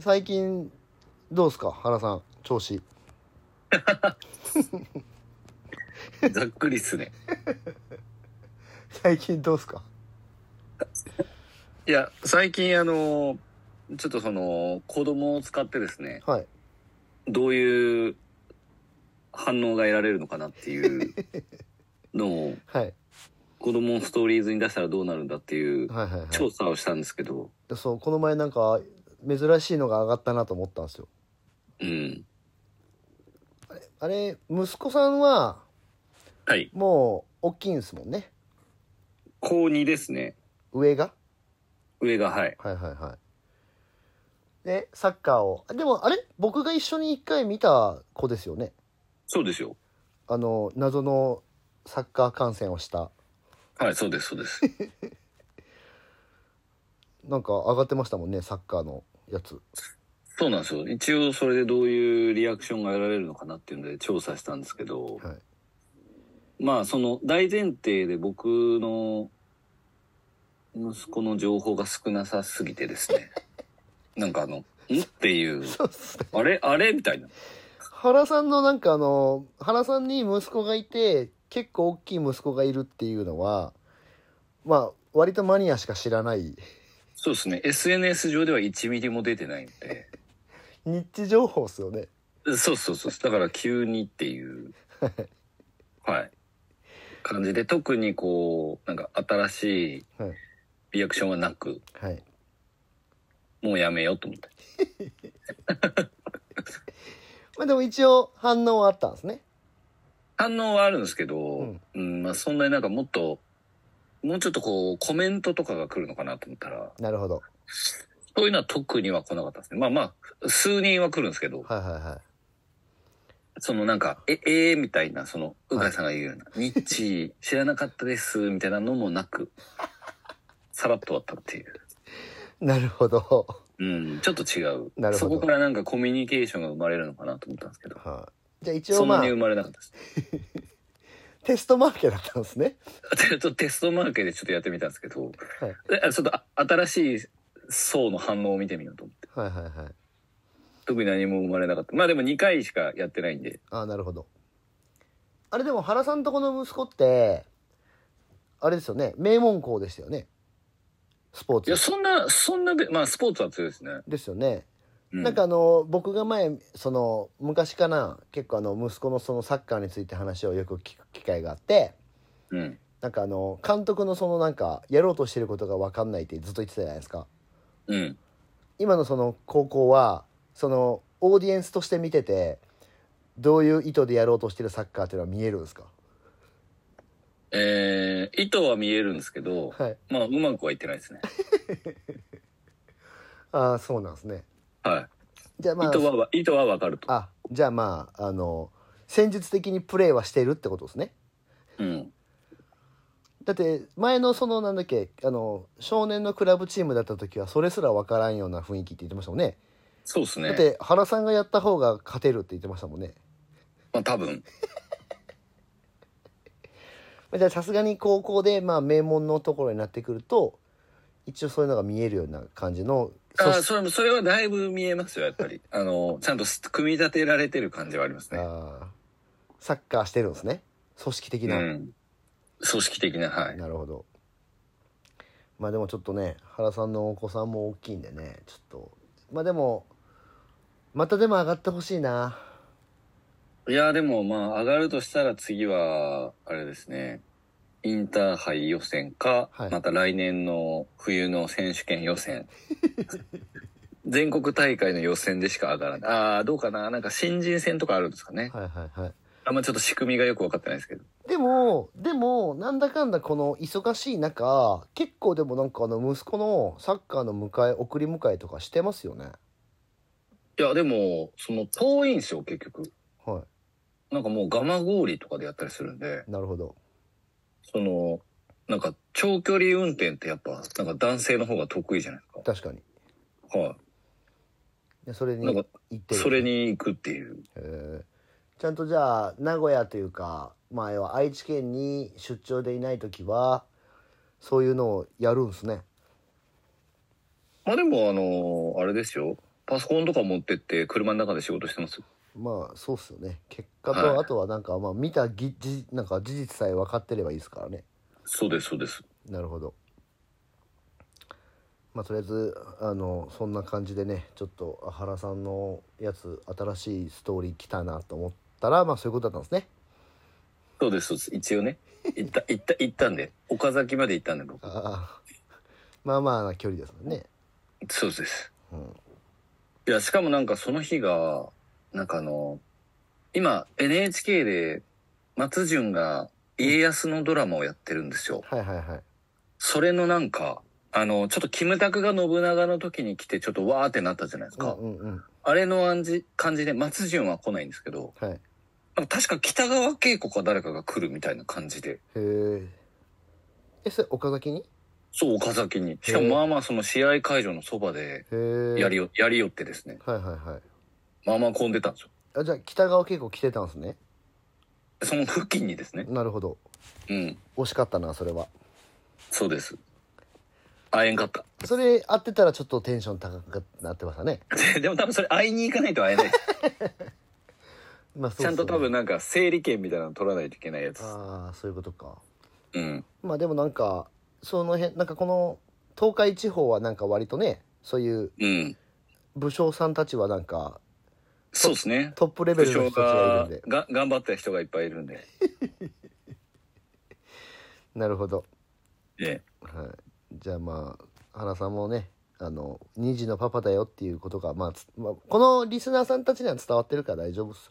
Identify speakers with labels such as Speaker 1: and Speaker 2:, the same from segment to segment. Speaker 1: 最近どうですか原さん調子
Speaker 2: ざっくりっすね。
Speaker 1: 最近どうですか
Speaker 2: いや、最近あの、ちょっとその、子供を使ってですね、
Speaker 1: はい
Speaker 2: どういう反応が得られるのかなっていうのを、
Speaker 1: はい
Speaker 2: 子供をストーリーズに出したらどうなるんだっていう
Speaker 1: はいはいは
Speaker 2: 調査をしたんですけど、
Speaker 1: いそうこの前なんか珍しいのが上がったなと思ったんですよ
Speaker 2: うん。
Speaker 1: あれ息子さんは
Speaker 2: はい。
Speaker 1: もう大きいんですもんね
Speaker 2: 高2ですね。
Speaker 1: 上が
Speaker 2: 上が、はい。
Speaker 1: はいはいはいでサッカーをでもあれ僕が一緒に一回見た子ですよね
Speaker 2: そうですよ。
Speaker 1: あの謎のサッカー観戦をした
Speaker 2: はい、そうです、そうです。
Speaker 1: なんか上がってましたもんねサッカーのやつ
Speaker 2: そうなんですよ。一応それでどういうリアクションが得られるのかなっていうので調査したんですけど、
Speaker 1: はい
Speaker 2: まあその大前提で僕の息子の情報が少なさすぎてで すね。なんかあの、んっていう、
Speaker 1: そうっす ね
Speaker 2: あれあれみたいな。
Speaker 1: 原さんのなんかあの原さんに息子がいて結構大きい息子がいるっていうのはまあ割とマニアしか知らない
Speaker 2: そうですね。SNS 上では1ミリも出てないんで。
Speaker 1: ニッチ情報っすよね
Speaker 2: そうそうそう。だから急にっ ていう、はい。感じで、特にこう、なんか新しい
Speaker 1: はい
Speaker 2: リアクションはなく、
Speaker 1: はい
Speaker 2: もうやめようと思って。
Speaker 1: まあでも一応反応はあったんですね
Speaker 2: 反応はあるんですけど、
Speaker 1: う
Speaker 2: うんん、まあそんなになんかもっと、もうちょっとこう、コメントとかが来るのかなと思ったら、
Speaker 1: なるほど
Speaker 2: そういうのは特には来なかったですね。まあまあ、数人は来るんですけど、
Speaker 1: はいはいはい
Speaker 2: そのなんか、え、えー、みたいな、その、うがいさんが言うような、ニッチー、知らなかったです、みたいなのもなく、さらっと終わったっていう。
Speaker 1: なるほど。
Speaker 2: うん、ちょっと違う。
Speaker 1: なるほど
Speaker 2: そこからなんかコミュニケーションが生まれるのかなと思ったんですけど、
Speaker 1: はい。じゃあ一
Speaker 2: そ
Speaker 1: 応
Speaker 2: ん
Speaker 1: ま
Speaker 2: な
Speaker 1: あ
Speaker 2: に生まれなかったです。
Speaker 1: テストマーケだったんですね。
Speaker 2: ちょっとテストマーケでちょっとやってみたんですけど、
Speaker 1: はい
Speaker 2: えちょっとあ新しい層の反応を見てみようと思って。
Speaker 1: はいはいはい。
Speaker 2: 特に何も生まれなかった。まあでも2回しかやってないんで。
Speaker 1: ああなるほど。あれでも原さんとこの息子ってあれですよね名門校でしたよね。スポー
Speaker 2: いや、
Speaker 1: ツ
Speaker 2: そんな、そんなべ、まあスポーツは強いですね。
Speaker 1: ですよね。
Speaker 2: う
Speaker 1: なんか、あの僕が前その昔かな結構あの息子のそのサッカーについて話をよく聞く機会があって。
Speaker 2: うん。
Speaker 1: なんかあの監督のそのなんかやろうとしてることが分かんないってずっと言ってたじゃないですか
Speaker 2: うん。
Speaker 1: 今のその高校はそのオーディエンスとして見ててどういう意図でやろうとしてるサッカーっていうのは見えるんですか
Speaker 2: えー、意図は見えるんですけど、
Speaker 1: はい
Speaker 2: まあうまくはいってないですね。
Speaker 1: ああそうなんですね
Speaker 2: は
Speaker 1: じゃあ
Speaker 2: い。
Speaker 1: ま
Speaker 2: 意
Speaker 1: あ
Speaker 2: 図は、意図はわかると。
Speaker 1: あじゃあまああの戦術的にプレーはしてるってことですね
Speaker 2: うん。
Speaker 1: だって前のそのなんだっけあの少年のクラブチームだった時はそれすら分からんような雰囲気って言ってましたもんね
Speaker 2: そうです
Speaker 1: だっ
Speaker 2: ね。
Speaker 1: て原さんがやった方が勝てるって言ってましたもんね
Speaker 2: まあ多分。
Speaker 1: じゃあさすがに高校でまあ名門のところになってくると一応そういうのが見えるような感じの
Speaker 2: あ
Speaker 1: 組
Speaker 2: あ、
Speaker 1: 織
Speaker 2: それも、それはだいぶ見えますよ、やっ ぱり。あの、ちゃんとす組み立てられてる感じはありますね。
Speaker 1: あーサッカーしてるんですね組織的な、
Speaker 2: うん、組織的なはい
Speaker 1: なるほどまあでもちょっとね原さんのお子さんも大きいんでねちょっとまあでもまたでも上がってほしいない
Speaker 2: やでもまあ上がるとしたら次はあれですねインターハイ予選か、
Speaker 1: はい
Speaker 2: また来年の冬の選手権予選全国大会の予選でしか上がらないああどうかななんか新人戦とかあるんですかね、
Speaker 1: はいはいはい
Speaker 2: あんまちょっと仕組みがよく分かってないですけど
Speaker 1: でもでもなんだかんだこの忙しい中結構でもなんかあの息子のサッカーの迎え送り迎えとかしてますよね
Speaker 2: いやでもその遠いんですよ結局
Speaker 1: は
Speaker 2: なんかもう蒲郡とかでやったりするんで
Speaker 1: いなるほど
Speaker 2: そのなんか長距離運転ってやっぱなんか男性の方が得意じゃないですか
Speaker 1: 確かに
Speaker 2: は
Speaker 1: でそれ
Speaker 2: い
Speaker 1: に
Speaker 2: なんか
Speaker 1: 行ってる
Speaker 2: それに行くっていう。
Speaker 1: へえちゃんとじゃあ名古屋というかまあ要は愛知県に出張でいない時はそういうのをやるんですね
Speaker 2: まあでも、あのあれですよ。パソコンとか持ってって車の中で仕事してますよ
Speaker 1: まあそうっすよね結果
Speaker 2: はい
Speaker 1: とあとはなんかまあ見たぎじなんか事実さえ分かってればいいですからね
Speaker 2: そうですそうです
Speaker 1: なるほどまあとりあえずあのそんな感じでねちょっとあ原さんのやつ新しいストーリー来たなと思ったらまあそういうことだったんですね
Speaker 2: そうですそうです一応ね行った行った行ったんで岡崎まで行ったんで僕
Speaker 1: ああまあまあな距離ですもんね
Speaker 2: そうです
Speaker 1: うん
Speaker 2: いや、しかもなんかその日が、なんかあの、今 NHK で松潤が家康のドラマをやってるんですよ。
Speaker 1: はいはいはい
Speaker 2: それのなんか、あの、ちょっとキムタクが信長の時に来てちょっとわーってなったじゃないです
Speaker 1: う
Speaker 2: か。
Speaker 1: んうんうん
Speaker 2: あれの感じ感じで松潤は来ないんですけど、
Speaker 1: はいへ
Speaker 2: なんか確か北川景子か誰かが来るみたいな感じで。
Speaker 1: ええそれ岡崎に
Speaker 2: そう、岡崎に。しかもまあまあその試合会場のそばで
Speaker 1: へえ
Speaker 2: やりよ、やりよってですね。
Speaker 1: はいはいはい
Speaker 2: まあまあ混んでたんですよ。
Speaker 1: あじゃあ北川景子来てたんですね
Speaker 2: その付近にですね。
Speaker 1: なるほど
Speaker 2: うん。
Speaker 1: 惜しかったなそれは
Speaker 2: そうです。会えんかった。
Speaker 1: それ合ってたらちょっとテンション高くなってましたね
Speaker 2: ででも多分それ会いに行かないと会え ない。
Speaker 1: まあそうっ
Speaker 2: ちゃ
Speaker 1: すよ
Speaker 2: んと
Speaker 1: ね
Speaker 2: 多分なんか整理券みたいなの取らないといけないやつ。
Speaker 1: ああそういうことか
Speaker 2: うん。
Speaker 1: まあでもなんかその辺なんかこの東海地方はなんか割とねそういう
Speaker 2: うん。
Speaker 1: 武将さんたちはなんか
Speaker 2: そうですね。
Speaker 1: トップレベ
Speaker 2: 部
Speaker 1: ルの
Speaker 2: 長
Speaker 1: 人たちがいる
Speaker 2: が
Speaker 1: んで
Speaker 2: が頑張った人がいっぱいいるんで。
Speaker 1: なるほど、
Speaker 2: え
Speaker 1: はい、じゃあまあ原さんもねあの2児のパパだよっていうことが、まあつまあ、このリスナーさんたちには伝わってるから大丈夫っす
Speaker 2: そ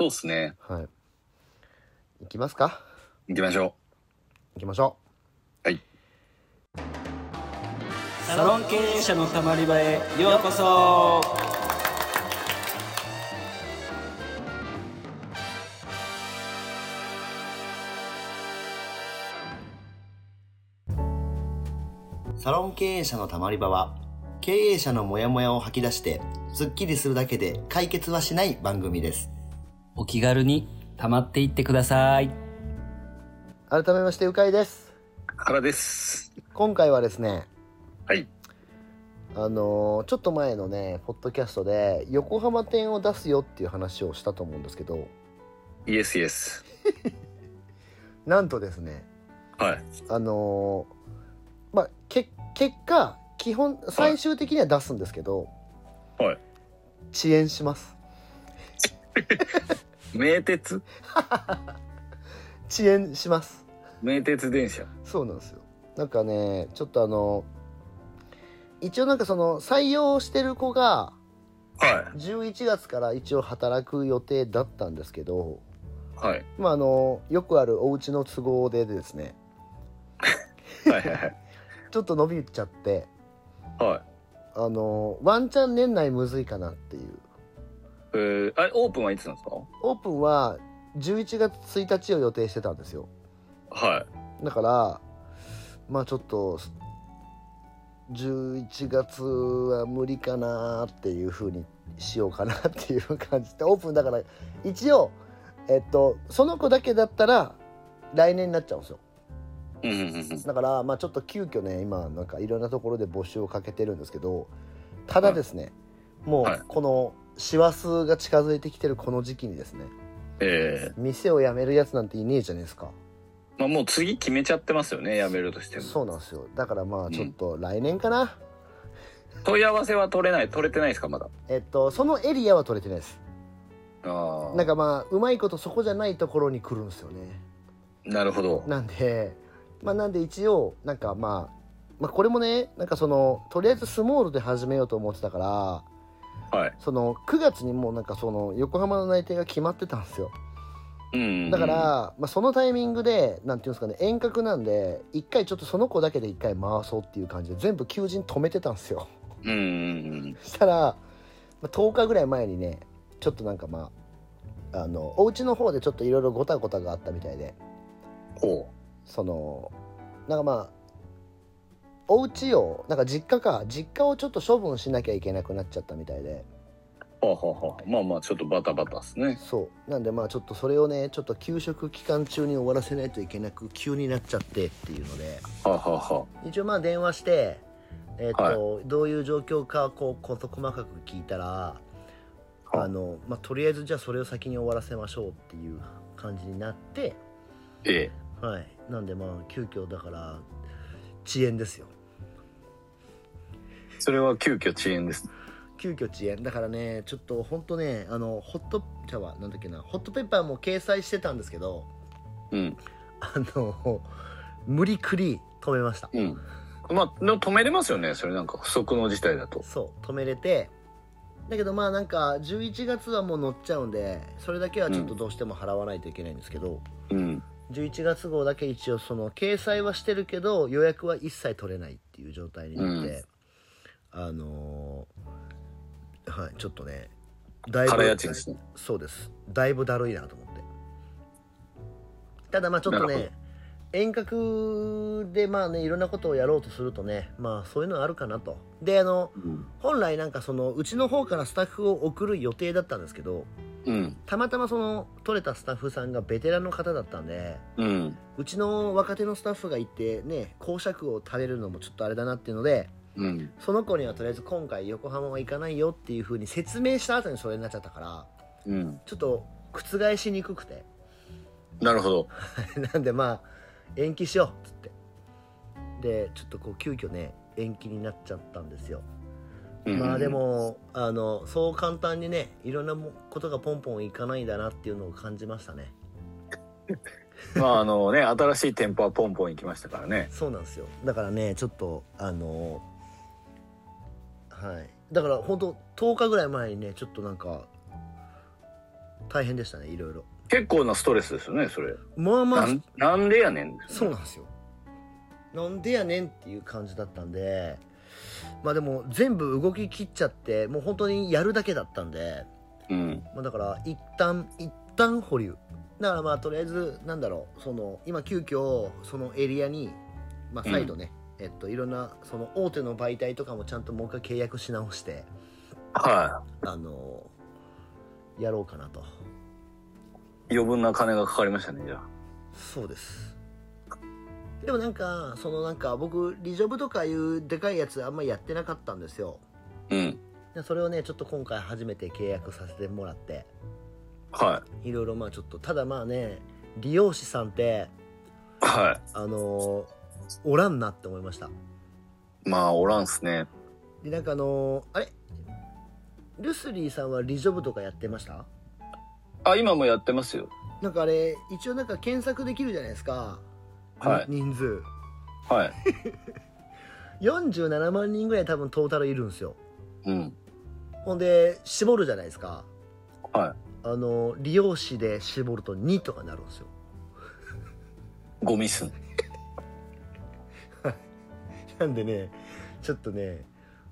Speaker 2: うですね。
Speaker 1: はい行きますか
Speaker 2: 行きましょ
Speaker 1: 行きましょ
Speaker 2: う。はい。
Speaker 3: サロン経営者のたまり場へようこそ
Speaker 1: うサロン経営者のたまり場は経営者のモヤモヤを吐き出してすっきりするだけで解決はしない番組です
Speaker 3: お気軽にたまっていってください
Speaker 1: 改めましてうかいです
Speaker 2: からです。
Speaker 1: 今回はですね
Speaker 2: はい。
Speaker 1: あのーちょっと前のねポッドキャストで横浜店を出すよっていう話をしたと思うんですけど
Speaker 2: イエスイエス。
Speaker 1: なんとですね
Speaker 2: はい。
Speaker 1: あのーまあけ結果基本最終的には出すんですけど、
Speaker 2: はい
Speaker 1: 遅延します
Speaker 2: 名鉄
Speaker 1: 遅延します
Speaker 2: 名鉄電車。
Speaker 1: そうなんですよなんかねちょっとあの一応なんかその採用してる子が
Speaker 2: は
Speaker 1: 11月から一応働く予定だったんですけど
Speaker 2: い。はい。
Speaker 1: まああのよくあるお家の都合でですね
Speaker 2: はいはいはい。
Speaker 1: ちょっと伸びちゃって
Speaker 2: はい。
Speaker 1: あのワンチャン年内むずいかなっていう
Speaker 2: えー、あれ、オープンはいつなんです
Speaker 1: オープンは11月1日を予定してたんですよ
Speaker 2: かはい。
Speaker 1: だからまあちょっと11月は無理かなっていうふうにしようかなっていう感じでオープンだから一応えっとその子だけだったら来年になっちゃうんですよ
Speaker 2: うんうんうんうん。
Speaker 1: だからまあちょっと急遽ね今なんかいろんなところで募集をかけてるんですけどただですね、も
Speaker 2: はいう
Speaker 1: この師走が近づいてきてるこの時期にですね
Speaker 2: ええ
Speaker 1: 店を辞めるやつなんていねえじゃないですか
Speaker 2: まあもう次決めちゃってますよね、やめるとしても。
Speaker 1: そうなんですよだからまあちょっと来年かな、
Speaker 2: 問い合わせは取れない、取れてないですか、まだ。
Speaker 1: えっとそのエリアは取れてないです
Speaker 2: ああ。
Speaker 1: なんかまあうまいことそこじゃないところに来るんですよね
Speaker 2: なるほど。
Speaker 1: なんでまあなんで一応なんかまあまあこれもねなんかそのとりあえずスモールで始めようと思ってたから
Speaker 2: はい。
Speaker 1: その9月にもうなんかその横浜の内定が決まってたんですよ
Speaker 2: うん
Speaker 1: だから、、まあ、そのタイミングでなんていうんですかね遠隔なんで一回ちょっとその子だけで一回回そうっていう感じで全部求人止めてたんですよ
Speaker 2: うんうん
Speaker 1: したら、まあ、10日ぐらい前にねちょっとなんかまああのお家の方でちょっといろいろごたごたがあったみたいで
Speaker 2: うん。ほ
Speaker 1: そのなんかまあお家をなんか実家か実家をちょっと処分しなきゃいけなくなっちゃったみたいで
Speaker 2: う。はあ、はあはあ、まあまあ、ちょっとバタバタですね。
Speaker 1: そうなんでまあちょっとそれをねちょっと給食期間中に終わらせないといけなく急になっちゃってっていうので
Speaker 2: はあ、はあは
Speaker 1: 一応まあ電話してえっとどういう状況かこう事細かく聞いたらあの、まあ、とりあえずじゃあそれを先に終わらせましょうっていう感じになって
Speaker 2: ええ。
Speaker 1: はいなんでまあ急遽だから遅延ですよ
Speaker 2: それは急遽遅延です。
Speaker 1: 急遽遅延だからねちょっとほんとねあのホットじゃあなんだっけなホットペッパーも掲載してたんですけど
Speaker 2: うん。
Speaker 1: あの無理くり止めました
Speaker 2: うん。まあ、でも止めれますよね。それなんか不測の事態だと。
Speaker 1: そう止めれてだけどまあなんか11月はもう乗っちゃうんでそれだけはちょっとどうしても払わないといけないんですけど、
Speaker 2: うん。
Speaker 1: 11月号だけ一応その掲載はしてるけど予約は一切取れないっていう状態になって、あのーはいちょっとねだい
Speaker 2: 空家賃ですね。
Speaker 1: そうですだいぶだるいなと思ってただまあちょっと
Speaker 2: なる
Speaker 1: ね遠隔でまあねいろんなことをやろうとするとねまあそういうのはあるかなとであの
Speaker 2: うん。
Speaker 1: 本来なんかそのうちの方からスタッフを送る予定だったんですけど
Speaker 2: うん。
Speaker 1: たまたまその取れたスタッフさんがベテランの方だったんで
Speaker 2: うん。
Speaker 1: うちの若手のスタッフがいてね講釈を食べるのもちょっとあれだなっていうので
Speaker 2: うん。
Speaker 1: その子にはとりあえず今回横浜は行かないよっていう風に説明した後にそれになっちゃったから
Speaker 2: うん。
Speaker 1: ちょっと覆しにくくて
Speaker 2: なるほど。
Speaker 1: なんでまあ延期しようっつってでちょっとこう急遽ね延期になっちゃったんですよ
Speaker 2: うん
Speaker 1: まあで。もあのそう簡単にねいろんなもことがポンポンいかないんだなっていうのを感じましたね
Speaker 2: まあ、あのね、新しい店舗はポンポン行きましたからね。
Speaker 1: そうなんですよだからねちょっとあのはいだから本当10日ぐらい前にねちょっとなんか大変でしたねいろいろ
Speaker 2: 結構なストレスですよね、それ。
Speaker 1: まあまあ
Speaker 2: なんなんでやねん。
Speaker 1: そうなんですよなんでやねんっていう感じだったんでまあでも全部動き切っちゃってもう本当にやるだけだったんで
Speaker 2: うん。
Speaker 1: まあ、だから一旦一旦保留だからまあとりあえずなんだろうその今急遽そのエリアに、まあ、
Speaker 2: うん
Speaker 1: 再度ね、えっと、いろんなその大手の媒体とかもちゃんともう一回契約し直して
Speaker 2: は
Speaker 1: あのやろうかなと
Speaker 2: い。余分な金がかかりましたね、じゃあ。
Speaker 1: そうですでもなんかそのなんか僕リジョブとかいうでかいやつあんまやってなかったんですよ
Speaker 2: うん。
Speaker 1: でそれをねちょっと今回初めて契約させてもらって
Speaker 2: はい
Speaker 1: ろいろまあちょっとただまあね利用師さんって
Speaker 2: い。は
Speaker 1: あのーおらんなって思いました
Speaker 2: い。まあ、おらんっすね。
Speaker 1: でなんかあのーあれルスリーさんはリジョブとかやってました
Speaker 2: あ、今もやってますよ。
Speaker 1: なんかあれ一応なんか検索できるじゃないですか、
Speaker 2: はい
Speaker 1: に人数
Speaker 2: はい。
Speaker 1: 47万人ぐらい多分トータルいるんですよ
Speaker 2: うん。
Speaker 1: ほんで絞るじゃないですか
Speaker 2: は
Speaker 1: あのー利用紙で絞ると2とかなるんですよ
Speaker 2: い。ゴミっすね。
Speaker 1: なんでねちょっとね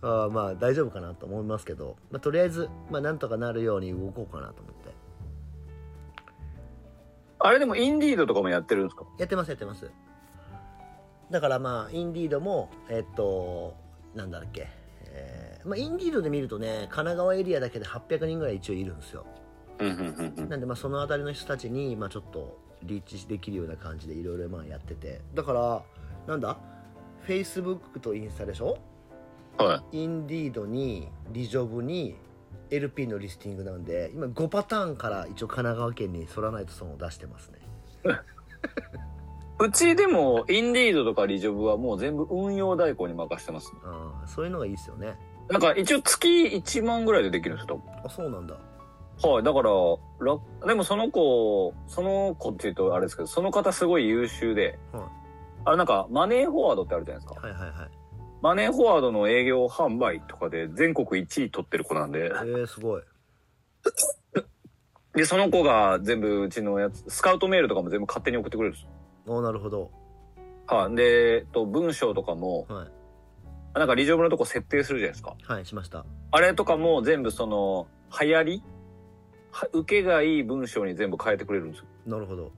Speaker 1: あーまあ大丈夫かなと思いますけど、まあ、とりあえず、まあ、なんとかなるように動こうかなと思って
Speaker 2: あれでも、インディードとかもやってるんですか
Speaker 1: やってますやってますだからまあインディードもえっとなんだっけ、えーまあ、インディードで見るとね神奈川エリアだけで800人ぐらい一応いるんですよ
Speaker 2: うん、うん、うんうん。
Speaker 1: なんでまあその辺りの人たちにまあちょっとリーチできるような感じでいろいろまあやっててだからなんだ Facebook とインスタでしょ
Speaker 2: はい。
Speaker 1: インディードにリジョブに LP のリスティングなんで今5パターンから一応神奈川県にソラナイトさんを出してますね
Speaker 2: うちでも、インディードとかリジョブはもう全部運用代行に任せてますね。
Speaker 1: あーそういうのがいいですよね
Speaker 2: なんか一応月1万ぐらいでできるんですよ、
Speaker 1: あそうなんだ
Speaker 2: 多分。はい。だから、らでもその子、その子って言うとあれですけど、その方すごい優秀で、
Speaker 1: はい
Speaker 2: あれなんかマネーフォワードってあるじゃないですか。
Speaker 1: はいはいはい
Speaker 2: マネーフォワードの営業販売とかで全国1位取ってる子なんで、
Speaker 1: えー、すごい
Speaker 2: で、その子が全部うちのやつ、スカウトメールとかも全部勝手に送ってくれるんですよ。
Speaker 1: おなるほど
Speaker 2: はい。で、えっと、文章とかも、
Speaker 1: はい
Speaker 2: なんかリジョブのとこ設定するじゃないですか。
Speaker 1: はいしました
Speaker 2: あれとかも全部その、流行りは受けがいい文章に全部変えてくれるんですよ。
Speaker 1: なるほど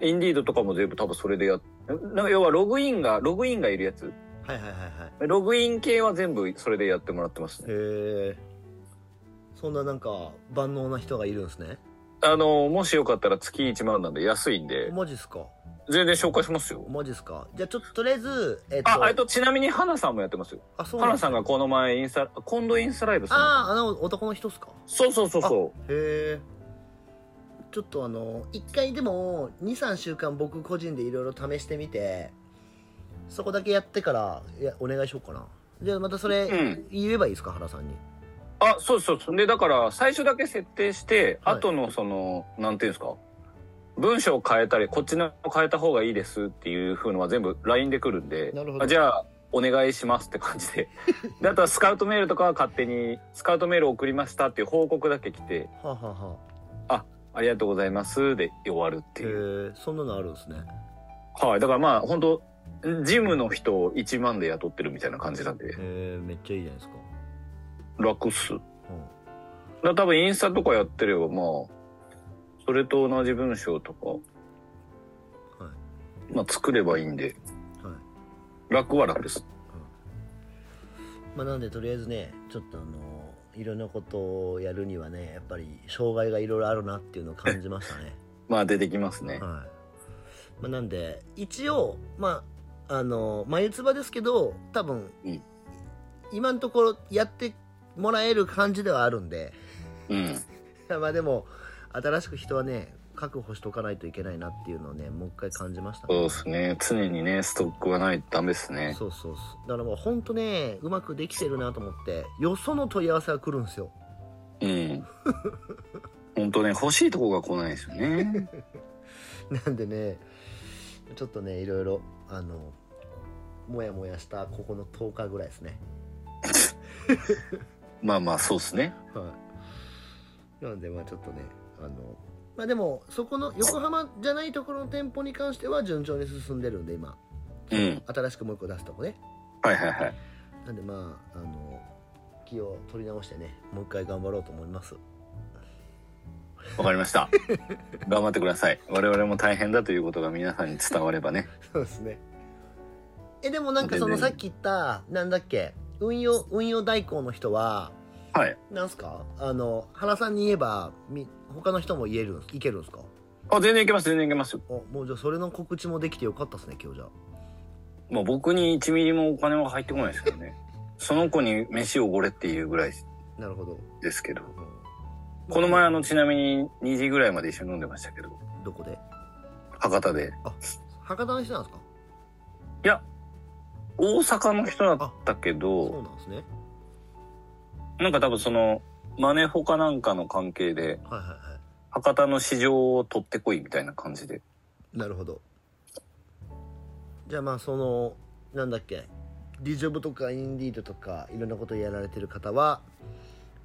Speaker 2: インディードとかも全部多分それでやっなんか要はログインが、ログインがいるやつ。
Speaker 1: はいはいはいはい
Speaker 2: ログイン系は全部それでやってもらってますね。
Speaker 1: へえそんななんか万能な人がいるんですね
Speaker 2: あの、もしよかったら月1万なんで安いんで、
Speaker 1: マジっすか
Speaker 2: 全然紹介しますよ。
Speaker 1: マジですかじゃあちょっととりあえずえっと
Speaker 2: あ、えっと、ちなみに、花さんもやってますよ。
Speaker 1: あそうなん
Speaker 2: 花
Speaker 1: です
Speaker 2: さんがこの前、インスタ、今度インスタライブするの
Speaker 1: あああの男の人っすか
Speaker 2: そうそうそうそ
Speaker 1: へえちょっとあの1回でも23週間僕個人でいろいろ試してみてそこだけやってからいやお願いしようかなじゃあまたそれ、
Speaker 2: うん
Speaker 1: 言えばいいですか原さんに
Speaker 2: う。あ、そうそうそう。で、だから、最初だけ設定して、
Speaker 1: はい
Speaker 2: 後のその、なんていうんですか。文章を変えたり、こっちの変えた方がいいですっていう風のは全部 LINE で来るんで、
Speaker 1: なるほど
Speaker 2: あじゃあ、お願いしますって感じ で。で、あとはスカウトメールとかは勝手に、スカウトメール送りましたっていう報告だけ来て、
Speaker 1: はあ、はあはあ、
Speaker 2: ありがとうございますで終わるって
Speaker 1: へ
Speaker 2: い
Speaker 1: え
Speaker 2: う。
Speaker 1: そんなのあるんですね
Speaker 2: はい。だからまあ、本当ジムの人を1万で雇ってるみたいな感じなんで、
Speaker 1: へえめっちゃいいじゃないですか、
Speaker 2: 楽っす。
Speaker 1: うん、
Speaker 2: だから多分インスタとかやってればまあそれと同じ文章とか、
Speaker 1: は
Speaker 2: まあ作ればいいんで、
Speaker 1: はい
Speaker 2: 楽は楽です
Speaker 1: まあ、なんでとりあえずねちょっとあのいろんなことをやるにはねやっぱり障害がいろいろあるなっていうのを感じました ね
Speaker 2: まあ出てきます
Speaker 1: は
Speaker 2: ね、
Speaker 1: い、まあ、なんで一応まああの眉唾ですけど多分、
Speaker 2: うん
Speaker 1: 今のところやってもらえる感じではあるんで
Speaker 2: うん
Speaker 1: まあでも新しく人はね確保しとかないといけないなっていうのをねもう一回感じましたね
Speaker 2: そうですね常にねストックはないとダメですね
Speaker 1: そうそうそうだからもうほんとねうまくできてるなと思ってよその問い合わせが来るんですよ
Speaker 2: うん本当ね欲しいとこが来ないですよね
Speaker 1: なんでねちょっとねいろいろあのもやもやしたここの10日ぐらいですね
Speaker 2: まあまあそうですね
Speaker 1: はいなんでまあちょっとねあのまあでもそこの横浜じゃないところの店舗に関しては順調に進んでるんで今
Speaker 2: うん
Speaker 1: 新しくもう一個出すとこね
Speaker 2: はいはいはい
Speaker 1: なんでまああの気を取り直してねもう一回頑張ろうと思います
Speaker 2: わかりました頑張ってください我々も大変だということが皆さんに伝わればね
Speaker 1: そうですね。え、でもなんかその
Speaker 2: 全
Speaker 1: さ
Speaker 2: 然
Speaker 1: っき言った、なんだっけ、運用、運用代行の人は、
Speaker 2: はい
Speaker 1: なんすかあの、原さんに言えば、み、他の人も言えるんす、いけるんすか
Speaker 2: あ全然いけます全然いけますよ
Speaker 1: あ、もうじゃあそれの告知もできてよかったっすね、今日じゃあ。
Speaker 2: まあ僕に1ミリもお金は入ってこないですけどね。その子に飯おごれっていうぐらい
Speaker 1: なるほど。
Speaker 2: ですけど。
Speaker 1: うん
Speaker 2: この前あのちなみに2時ぐらいまで一緒に飲んでましたけど、
Speaker 1: どこで
Speaker 2: 博多で。
Speaker 1: 博多の人なんですか
Speaker 2: 大阪の人だったけ
Speaker 1: そう
Speaker 2: ど、
Speaker 1: なんですね。
Speaker 2: なんか多分その、マネホかなんかの関係で、
Speaker 1: はいはいは
Speaker 2: 博多の市場を取ってこいみたいな感じで。
Speaker 1: い。なるほど。じゃあまあその、なんだっけ、ディジョブとかインディードとか、いろんなことやられてる方は、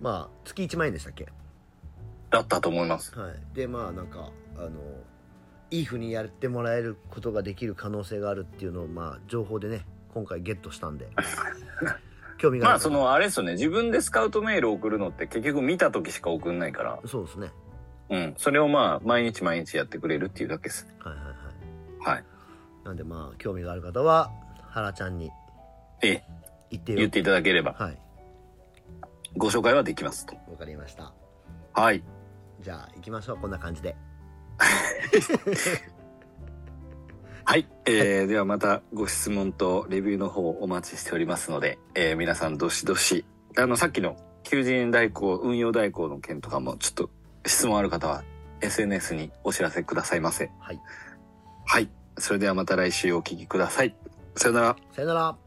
Speaker 1: まあ、月1万円でしたっけ
Speaker 2: だったと思います。
Speaker 1: はい、でまあなんかあのいいふうにやってもらえることができる可能性があるっていうのをまあ情報でね今回ゲットした んで興味があ
Speaker 2: ま
Speaker 1: る
Speaker 2: あそのあれですよね、自分でスカウトメール送るのって結局見た時しか送んないから、
Speaker 1: そうですね
Speaker 2: うん。それをまあ毎日毎日やってくれるっていうだけです。
Speaker 1: はいはいはい
Speaker 2: はい。
Speaker 1: なんでまあ興味がある方は原ちゃんに
Speaker 2: ええ、
Speaker 1: 言ってよ
Speaker 2: 言っていただければ
Speaker 1: はい
Speaker 2: ご紹介はできますと。
Speaker 1: わかりました
Speaker 2: はい。
Speaker 1: じゃあ行きましょうこんな感じで
Speaker 2: はい、えーではまたご質問とレビューの方お待ちしておりますので、えー皆さんどしどしあのさっきの求人代行運用代行の件とかもちょっと質問ある方は SNS にお知らせくださいませ
Speaker 1: はい
Speaker 2: はいそれではまた来週お聞きくださいさよなら
Speaker 1: さよなら